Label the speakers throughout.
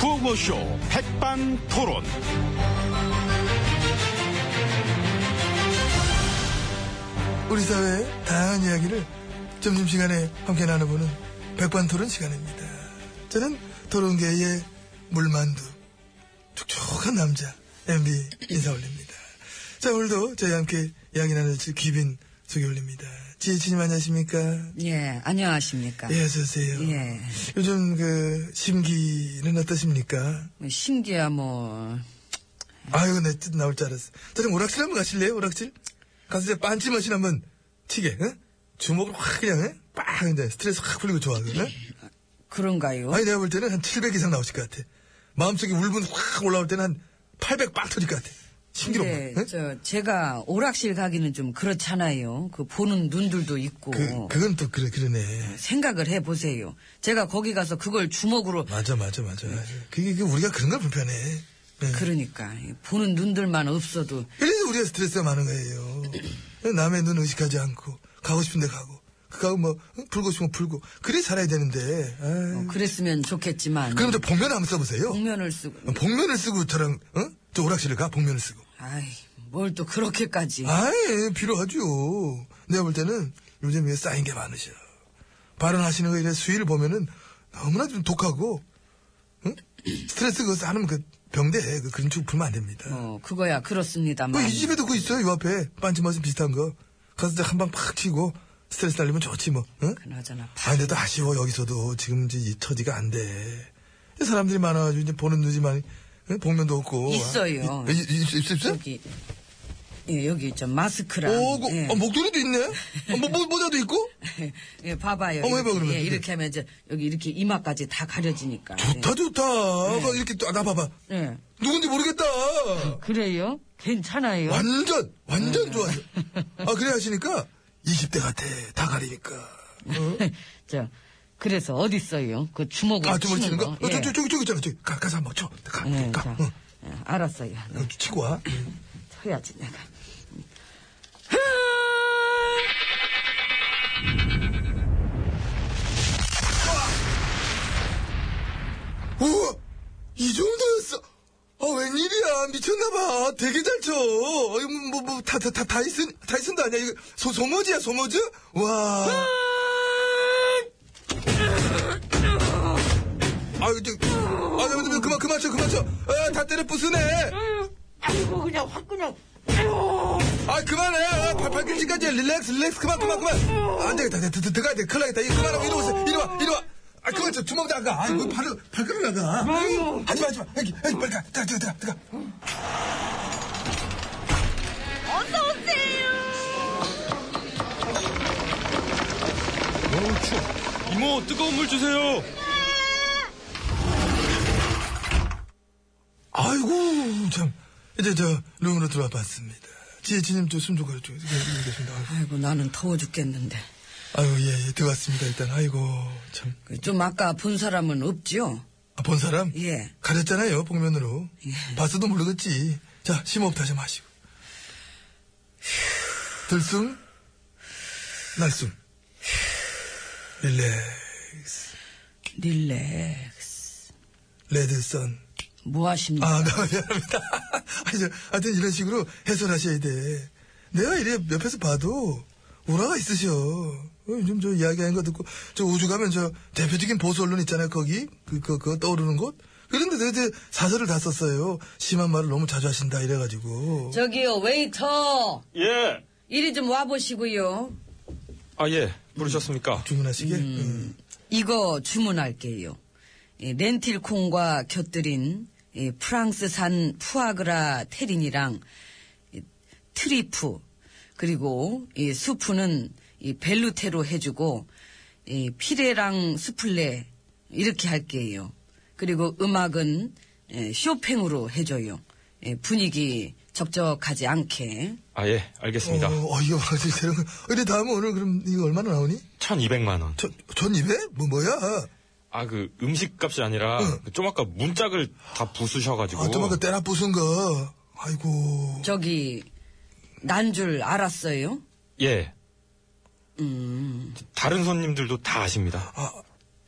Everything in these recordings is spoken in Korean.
Speaker 1: 라디오쇼 백반토론.
Speaker 2: 우리 사회의 다양한 이야기를 점심시간에 함께 나눠보는 백반토론 시간입니다. 저는 토론계의 물만두, 촉촉한 남자, MB 인사 올립니다. 자, 오늘도 저희와 함께 이야기 나눠줄 귀빈 소개 올립니다. 지혜진님 안녕하십니까?
Speaker 3: 예, 안녕하십니까.
Speaker 2: 예, 어서오세요.
Speaker 3: 예.
Speaker 2: 요즘 그, 심기는 어떠십니까?
Speaker 3: 뭐 심기야, 뭐,
Speaker 2: 아유, 내 뜻 나올 줄 알았어. 저좀 오락실 한번 가실래요, 오락실? 가서 이제 빤찌 머신 한번 튀게, 응? 주먹을 확 그냥, 응? 빡! 이제 스트레스 확 풀리고 좋아하거든, 응?
Speaker 3: 그런가요?
Speaker 2: 아니, 내가 볼 때는 한 700 이상 나오실 것 같아. 마음속에 울분 확 올라올 때는 한 800빡 터질 것 같아. 신기록.
Speaker 3: 근데 예, 저, 제가 오락실 가기는 좀 그렇잖아요. 그 보는 눈들도 있고.
Speaker 2: 그, 그건 또 그래, 그러네.
Speaker 3: 생각을 해보세요. 제가 거기 가서 그걸 주먹으로.
Speaker 2: 맞아, 맞아, 맞아. 그게, 그 우리가 그런 걸 불편해. 네.
Speaker 3: 그러니까. 보는 눈들만 없어도.
Speaker 2: 그래서 우리가 스트레스가 많은 거예요. 남의 눈 의식하지 않고, 가고 싶은데 가고, 그거 뭐, 응? 풀고 싶으면 풀고. 그래 살아야 되는데. 아유.
Speaker 3: 어, 그랬으면 좋겠지만.
Speaker 2: 그럼 저 복면 한번 써보세요.
Speaker 3: 복면을 쓰고.
Speaker 2: 어, 복면을 쓰고 저랑, 어? 저 오락실을 가, 복면을 쓰고.
Speaker 3: 아이, 뭘 또 그렇게까지.
Speaker 2: 아이, 필요하죠. 내가 볼 때는 요즘 이게 쌓인 게 많으셔. 발언하시는 거 이래 수위를 보면은 너무나 좀 독하고, 응? 스트레스 그거 쌓으면 그 병대, 그 그런 쪽 풀면 안 됩니다.
Speaker 3: 어, 그거야,
Speaker 2: 뭐
Speaker 3: 그렇습니다만.
Speaker 2: 이 집에도 그거 있어요, 요 앞에. 빤치맛은 비슷한 거. 가서 한 방 팍 치고, 스트레스 날리면 좋지 뭐, 응?
Speaker 3: 그나저나.
Speaker 2: 아, 근데 또 아쉬워, 여기서도. 지금 이제 이 처지가 안 돼. 사람들이 많아가지고, 이제 보는 눈이 많이, 응? 복면도 없고.
Speaker 3: 있어요.
Speaker 2: 아, 이- 이- 있- 있- 있어요?
Speaker 3: 여기. 예, 여기 저 마스크랑.
Speaker 2: 오, 그,
Speaker 3: 예.
Speaker 2: 아, 목도리도 있네? 아, 뭐, 뭐, 모자도 있고?
Speaker 3: 예, 봐봐요.
Speaker 2: 어머, 해봐,
Speaker 3: 이렇게,
Speaker 2: 그러면.
Speaker 3: 예, 이렇게 하면 이제 여기 이렇게 이마까지 다 가려지니까.
Speaker 2: 좋다, 좋다. 아, 이렇게 또, 아, 나 봐봐.
Speaker 3: 예. 예.
Speaker 2: 누군지 모르겠다.
Speaker 3: 그래요? 괜찮아요?
Speaker 2: 완전, 완전 좋아요. 아, 그래 하시니까, 20대 같아. 다 가리니까. 어?
Speaker 3: 예. 자, 그래서 어디 있어요? 그 주먹으로
Speaker 2: 아, 주먹 치는 거? 어,
Speaker 3: 예.
Speaker 2: 저, 저, 저기, 저기 있잖아. 저기. 가, 가서 한번 쳐. 가,
Speaker 3: 예,
Speaker 2: 가.
Speaker 3: 자,
Speaker 2: 응.
Speaker 3: 예, 알았어요. 네,
Speaker 2: 어, 치고 와.
Speaker 3: 쳐야지 내가.
Speaker 2: 우와! 어? 이 정도였어! 아, 웬일이야. 미쳤나봐. 되게 잘 쳐. 어, 이거 뭐, 뭐, 다, 다, 다, 다이슨, 다이슨도 아니야. 이거, 소, 소머지야, 소머즈? 와. 아유, 저, 아, 잠깐만, 잠깐만, 그만, 그만 쳐, 그만 쳐. 아, 다 때려 부수네.
Speaker 3: 아이고 그냥 확 그냥.
Speaker 2: 아, 그만해. 아, 발, 발끝까지 릴렉스, 릴렉스. 그만, 그만, 그만. 안 되겠다. 들, 들, 들어가야 돼. 큰일 나겠다. 이거 그만하고 이리 오세요. 이리 와, 이리 와. 아, 그만 쳐. 주먹도 안 가. 아이, 뭐, 발, 발끝을 나가. 아유, 하지 마, 하지 마. 여기, 여기, 빨리 가. 들어가, 들어가, 들어가.
Speaker 1: 어우, 추워. 이모, 뜨거운 물 주세요.
Speaker 2: 아이고 참 이제 저 룸으로 들어와 봤습니다. 지혜진님 저 숨좀 가르쳐 주세요. 계십니다. 아이고.
Speaker 3: 아이고 나는 더워 죽겠는데.
Speaker 2: 아이고 예, 예 들어왔습니다 일단 아이고 참.
Speaker 3: 그좀 아까 본 사람은 없지요?
Speaker 2: 아, 본 사람?
Speaker 3: 예.
Speaker 2: 가렸잖아요 복면으로.
Speaker 3: 예.
Speaker 2: 봤어도 모르겠지. 자 심호흡 다시 마시고. 들숨 날숨 릴렉스
Speaker 3: 릴렉스.
Speaker 2: 레드선
Speaker 3: 뭐 하십니까?
Speaker 2: 아, 나 미안합니다. 아니, 저, 하여튼 이런 식으로 해설하셔야 돼. 내가 이래 옆에서 봐도 우라가 있으셔. 어, 요즘 저 이야기하는 거 듣고 저 우주 가면 저 대표적인 보수 언론 있잖아요. 거기 그, 그, 그 떠오르는 곳. 그런데 도대체 사설을 다 썼어요. 심한 말을 너무 자주 하신다 이래가지고.
Speaker 3: 저기요 웨이터
Speaker 1: 예.
Speaker 3: 이리 좀 와보시고요.
Speaker 1: 아, 예. 부르셨습니까?
Speaker 2: 주문하시게.
Speaker 1: 음,
Speaker 2: 음.
Speaker 3: 이거 주문할게요. 예, 렌틸콩과 곁들인 예, 프랑스산 푸아그라 테린이랑 이 트리프 그리고 이 수프는 이 벨루테로 해주고 이 피레랑 스플레 이렇게 할게요. 그리고 음악은 예, 쇼팽으로 해줘요. 예, 분위기 적적하지 않게.
Speaker 1: 아, 예.
Speaker 2: 음.
Speaker 1: 알겠습니다.
Speaker 2: 어, 이거 완전 새로운 거. 근데 다음은 오늘 그럼 이거 얼마나 나오니?
Speaker 1: 1200만원.
Speaker 2: 전, 전 입에? 뭐, 뭐야?
Speaker 1: 아, 그 음식값이 아니라 그 좀 아까 문짝을 다 부수셔가지고.
Speaker 2: 아, 또막그 때나 부순 거. 아이고.
Speaker 3: 저기 난 줄 알았어요.
Speaker 1: 예.
Speaker 3: 음.
Speaker 1: 다른 손님들도 다 아십니다.
Speaker 2: 아,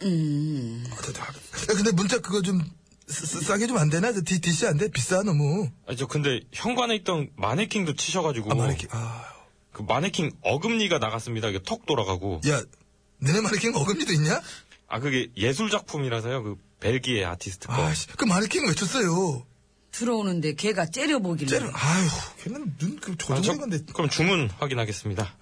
Speaker 3: 음,
Speaker 2: 아, 다, 다. 야, 근데 문자 그거 좀 쓰- 쓰- 싸게 좀 안 되나? 저 디- 디시 안 돼? 비싸 너무.
Speaker 1: 아니, 저 근데 현관에 있던 마네킹도 치셔가지고
Speaker 2: 아 마네킹. 아,
Speaker 1: 그 마네킹 어금니가 나갔습니다. 이게 턱 돌아가고
Speaker 2: 야, 너네 마네킹 어금니도 있냐?
Speaker 1: 아 그게 예술 작품이라서요. 그 벨기에 아티스트 거.
Speaker 2: 아씨, 그 마네킹 왜 쳤어요?
Speaker 3: 들어오는데 걔가 째려보길래.
Speaker 2: 쟤는 아휴, 걔는 눈그
Speaker 1: 아, 저-
Speaker 2: 조정인 건데. 아.
Speaker 1: 그럼 주문 확인하겠습니다.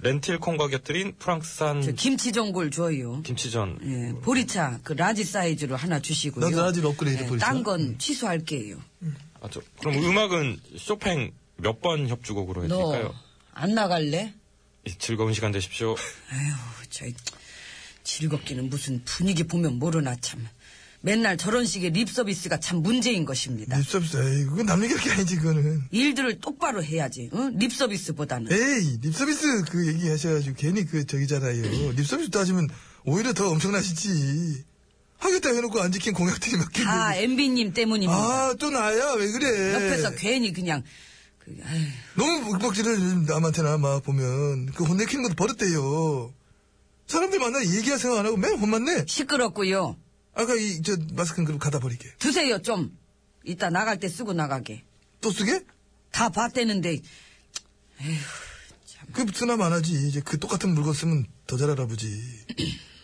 Speaker 1: 렌틸콩과 곁들인 프랑스산
Speaker 3: 저 김치전골 줘요.
Speaker 1: 김치전.
Speaker 3: 예, 보리차 그 라지 사이즈로 하나 주시고요. 예,
Speaker 2: 나도 라지로 업그레이드 보리차.
Speaker 3: 딴건 취소할게요.
Speaker 1: 아, 저, 그럼 음악은 쇼팽 몇 번 협주곡으로
Speaker 3: 너
Speaker 1: 했을까요?
Speaker 3: 안 나갈래?
Speaker 1: 이 즐거운 시간 되십시오.
Speaker 3: 아휴, 저 즐겁기는 무슨 분위기 보면 모르나 참. 맨날 저런 식의 립 서비스가 참 문제인 것입니다.
Speaker 2: 립서비스, 에이, 그건 남 얘기할 게 아니지, 그거는.
Speaker 3: 일들을 똑바로 해야지. 응? 립 서비스보다는.
Speaker 2: 에이, 립서비스 그 얘기 하셔가지고 괜히 그 저기잖아요. 립서비스 따지면 오히려 더 엄청나시지. 하겠다 해놓고 안 지킨 공약들이 몇 개인데.
Speaker 3: 다 엠비님 때문입니다.
Speaker 2: 네. 아, 네. 또 나야? 왜 그래?
Speaker 3: 아, 옆에서 괜히 그냥 그, 아휴,
Speaker 2: 너무 윽박질을 남한테나 막 보면 그 혼내키는 것도 버릇돼요. 사람들 만나 얘기할 생각 안 하고 맨 혼만 내.
Speaker 3: 시끄럽고요.
Speaker 2: 아까 이 저 마스크는 그럼 갖다 버리게.
Speaker 3: 드세요 좀. 이따 나갈 때 쓰고 나가게.
Speaker 2: 또 쓰게?
Speaker 3: 다 봤대는데
Speaker 2: 그 쓰나면 안 하지. 이제 그 똑같은 물건 쓰면 더 잘 알아보지.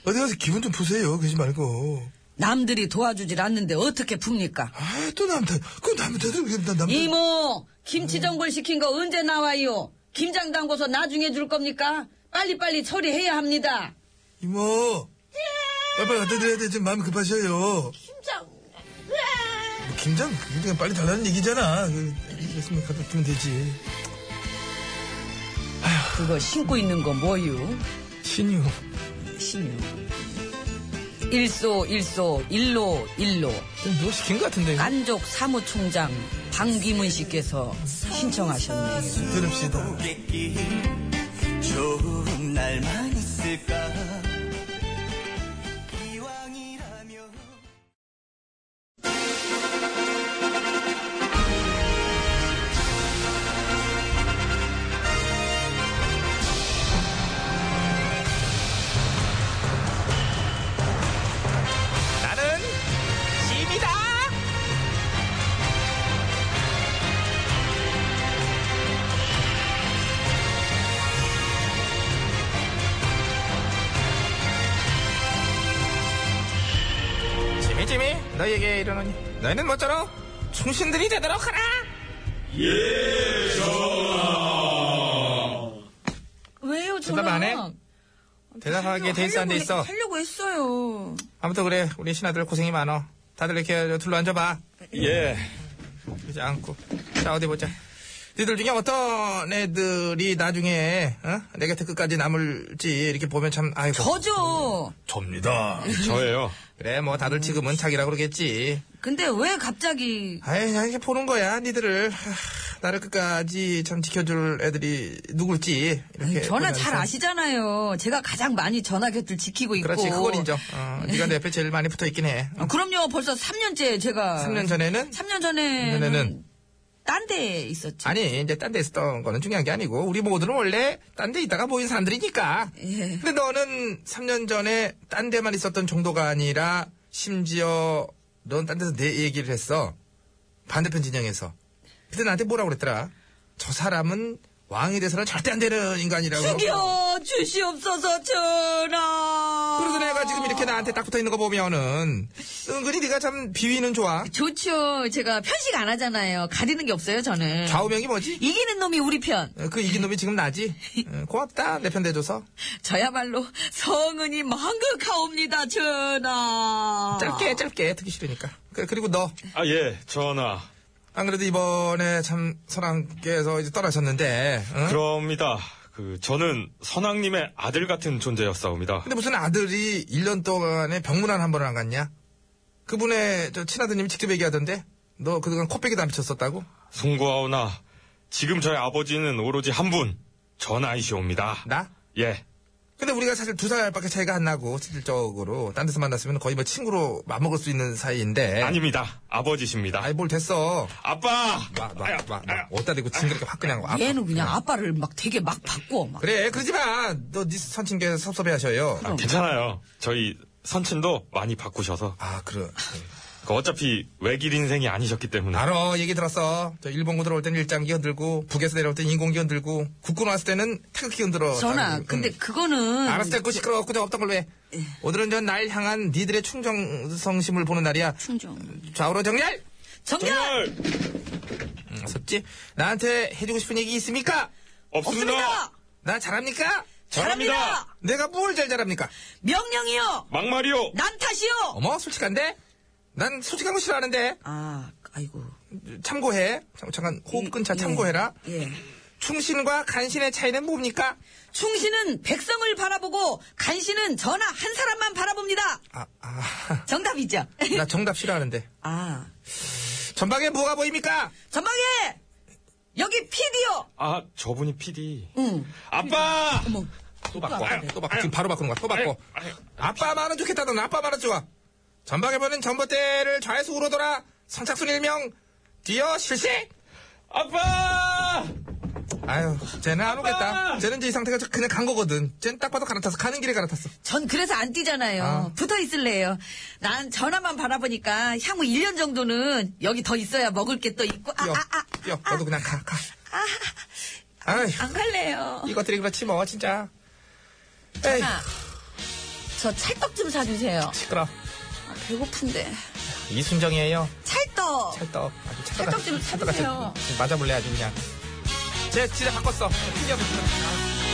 Speaker 2: 어디 가서 기분 좀 푸세요. 그러지 말고.
Speaker 3: 남들이 도와주질 않는데 어떻게 풉니까?
Speaker 2: 아, 또 남한테. 그건 남한테. 남한테.
Speaker 3: 이모, 김치전골 시킨 거 언제 나와요? 김장 담궈서 나중에 줄 겁니까? 빨리빨리 처리해야 합니다.
Speaker 2: 이모. 빨리 갖다 드려야 돼. 지금 마음 급하셔요. 김장. 김장? 그냥 빨리 달라는 얘기잖아. 그, 그랬으면 갖다 주면 되지.
Speaker 3: 그거 신고 있는 거 뭐유?
Speaker 2: 신유.
Speaker 3: 신유. 일소, 일소, 일로, 일로.
Speaker 2: 뭐 시킨 것 같은데. 이거?
Speaker 3: 안족 사무총장 방귀문 씨께서 신청하셨네요.
Speaker 2: 들읍시다.
Speaker 4: 있겠기 좋은 날만 있을까 이왕이라면 나는 짐이다
Speaker 5: 지미 지미 너에게 이르노니 너희는 모쪼록 충신들이 되도록 하라
Speaker 6: 왜요, 저는?
Speaker 5: 대답 안 해? 대답하게 돼 있어 안 돼 있어
Speaker 6: 하려고 했어요.
Speaker 5: 아무튼 그래 우리 신하들 고생이 많어 다들 이렇게 둘러 앉아봐
Speaker 1: 예.
Speaker 5: 그러지 않고 자 어디 보자 니들 중에 어떤 애들이 나중에 어? 내 곁에 끝까지 남을지 이렇게 보면 참 아이고
Speaker 3: 거죠.
Speaker 2: 접니다.
Speaker 1: 저예요.
Speaker 5: 그래 뭐 다들 지금은 자기라고 그러겠지
Speaker 3: 근데 왜 갑자기
Speaker 5: 아이 그냥 이렇게 보는 거야 니들을 하, 나를 끝까지 참 지켜줄 애들이 누굴지 이렇게
Speaker 3: 전화
Speaker 5: 보면서.
Speaker 3: 잘 아시잖아요. 제가 가장 많이 전화 곁을 지키고 있고.
Speaker 5: 그렇지 그건 인정 어, 네가 내 옆에 제일 많이 붙어있긴 해
Speaker 3: 아, 그럼요. 벌써 3년째 제가.
Speaker 5: 3년 전에는
Speaker 3: 3년 전에는,
Speaker 5: 전에는
Speaker 3: 딴 데 있었죠.
Speaker 5: 아니 이제 딴 데 있었던 거는 중요한 게 아니고 우리 모두는 원래 딴 데 있다가 모인 사람들이니까 근데 너는 3년 전에 딴 데만 있었던 정도가 아니라 심지어 넌 딴 데서 내 얘기를 했어 반대편 진영에서 근데 나한테 뭐라고 그랬더라 저 사람은 왕이 돼서는 절대 안 되는 인간이라고
Speaker 3: 죽여 주시옵소서 전하.
Speaker 5: 그러던 애가 지금 이렇게 나한테 딱 붙어있는 거 보면은 은근히 네가 참 비위는 좋아
Speaker 6: 좋죠. 제가 편식 안 하잖아요. 가리는 게 없어요, 저는.
Speaker 5: 좌우명이 뭐지?
Speaker 6: 이기는 놈이 우리 편.
Speaker 5: 어, 그 이긴 놈이 지금 나지 어, 고맙다 내 편 대줘서
Speaker 6: 저야말로 성은이 망극하옵니다, 전하.
Speaker 5: 짧게 짧게 듣기 싫으니까 그, 그리고 너
Speaker 1: 아, 예. 전화.
Speaker 5: 안 그래도 이번에 참 선왕께서 이제 떠나셨는데, 응?
Speaker 1: 그럽니다. 그, 저는 선왕님의 아들 같은 존재였사옵니다.
Speaker 5: 근데 무슨 아들이 1년 동안에 병문안 한 번을 안 갔냐? 그분의 저 친아드님이 직접 얘기하던데, 너 그동안 코빼기도 안 비쳤었다고?
Speaker 1: 송구하오나, 지금 저의 아버지는 오로지 한 분, 전하이시옵니다.
Speaker 5: 나?
Speaker 1: 예.
Speaker 5: 근데 우리가 사실 두 살밖에 차이가 안 나고, 실질적으로. 딴 데서 만났으면 거의 뭐 친구로 맞먹을 수 있는 사이인데.
Speaker 1: 아닙니다. 아버지십니다.
Speaker 5: 아이, 뭘 됐어.
Speaker 1: 아빠!
Speaker 5: 마, 마,
Speaker 1: 아야,
Speaker 5: 마,
Speaker 1: 아야.
Speaker 5: 마. 어디다 대고 징그럽게 확 그냥. 와.
Speaker 3: 아, 얘는 그냥 아빠를 막 되게 막 바꿔. 막.
Speaker 5: 그래, 그러지 마. 너 니 선친께 섭섭해 하셔요.
Speaker 1: 아, 괜찮아요. 저희 선친도 많이 바꾸셔서.
Speaker 5: 아, 그래.
Speaker 1: 그 어차피 외길 인생이 아니셨기 때문에.
Speaker 2: 알어 얘기 들었어 저 일본고 들어올 땐 일장기 흔들고 북에서 내려올 땐 인공기 흔들고 국군 왔을 때는 태극기 흔들어
Speaker 5: 뭐
Speaker 3: 전화,
Speaker 2: 응.
Speaker 5: 음.
Speaker 3: 근데 그거는. 예.
Speaker 2: 알았어 됐고 시끄럽고 저 없던 걸로 해 오늘은 전 날 향한 니들의 충정성심을 보는 날이야
Speaker 3: 충정.
Speaker 2: 좌우로 정렬
Speaker 3: 정렬!
Speaker 2: 음, 섭지 나한테 해주고 싶은 얘기 있습니까?
Speaker 1: 없습니다.
Speaker 2: 나 잘합니까?
Speaker 1: 잘합니다.
Speaker 2: 내가 뭘 잘 잘합니까?
Speaker 3: 명령이요!
Speaker 1: 막말이요.
Speaker 3: 남 탓이요!
Speaker 2: 어머 솔직한데? 난 솔직한 거 싫어하는데
Speaker 3: 아, 아이고.
Speaker 2: 참고해 잠- 잠깐 호흡 끊자 참고해라
Speaker 3: 음, 예. 예.
Speaker 2: 충신과 간신의 차이는 뭡니까?
Speaker 3: 충신은 백성을 바라보고 간신은 전하 한 사람만 바라봅니다.
Speaker 2: 아, 아,
Speaker 3: 정답이죠?
Speaker 2: 나 정답 싫어하는데
Speaker 3: 아,
Speaker 2: 전방에 뭐가 보입니까?
Speaker 3: 전방에! 여기 피디요!
Speaker 1: 아, 저분이 PD.
Speaker 3: 응. 네.
Speaker 1: 아빠!
Speaker 2: 또 바꿔
Speaker 1: 아유,
Speaker 2: 또 바꿔 지금 바로 바꾸는 거야 또 바꿔
Speaker 1: 아유,
Speaker 2: 아빠 말은 좋겠다 넌 아빠 말은 좋아 전방에 보는 전봇대를 좌에서 우러더라 선착순 일명 뛰어 실시
Speaker 1: 아빠!
Speaker 2: 아유, 쟤는 안 오겠다.
Speaker 1: 아빠!
Speaker 2: 쟤는 이제 이 상태가 그냥 간 거거든. 쟤는 딱 봐도 갈아탔어. 가는 길에 갈아탔어.
Speaker 7: 전 그래서 안 뛰잖아요.
Speaker 2: 아.
Speaker 7: 붙어 있을래요. 난 전화만 바라보니까 향후 1년 정도는 여기 더 있어야 먹을 게 또 있고. 아,
Speaker 2: 뛰어,
Speaker 7: 아, 아,
Speaker 2: 뛰어. 너도 그냥 가, 가.
Speaker 3: 아.
Speaker 2: 아휴,
Speaker 7: 안 갈래요.
Speaker 2: 이것들이 그렇지 뭐, 진짜. 에이,
Speaker 7: 아, 저 찰떡 좀 사주세요.
Speaker 2: 시끄러.
Speaker 7: 아, 배고픈데.
Speaker 2: 이순정이에요.
Speaker 7: 찰떡!
Speaker 2: 찰떡. 아주 찰떡.
Speaker 7: 찰떡 좀
Speaker 2: 찰떡같이
Speaker 7: 찾으세요.
Speaker 2: 지금 맞아볼래, 아주 그냥. 쟤 진짜 바꿨어. 튕겨서.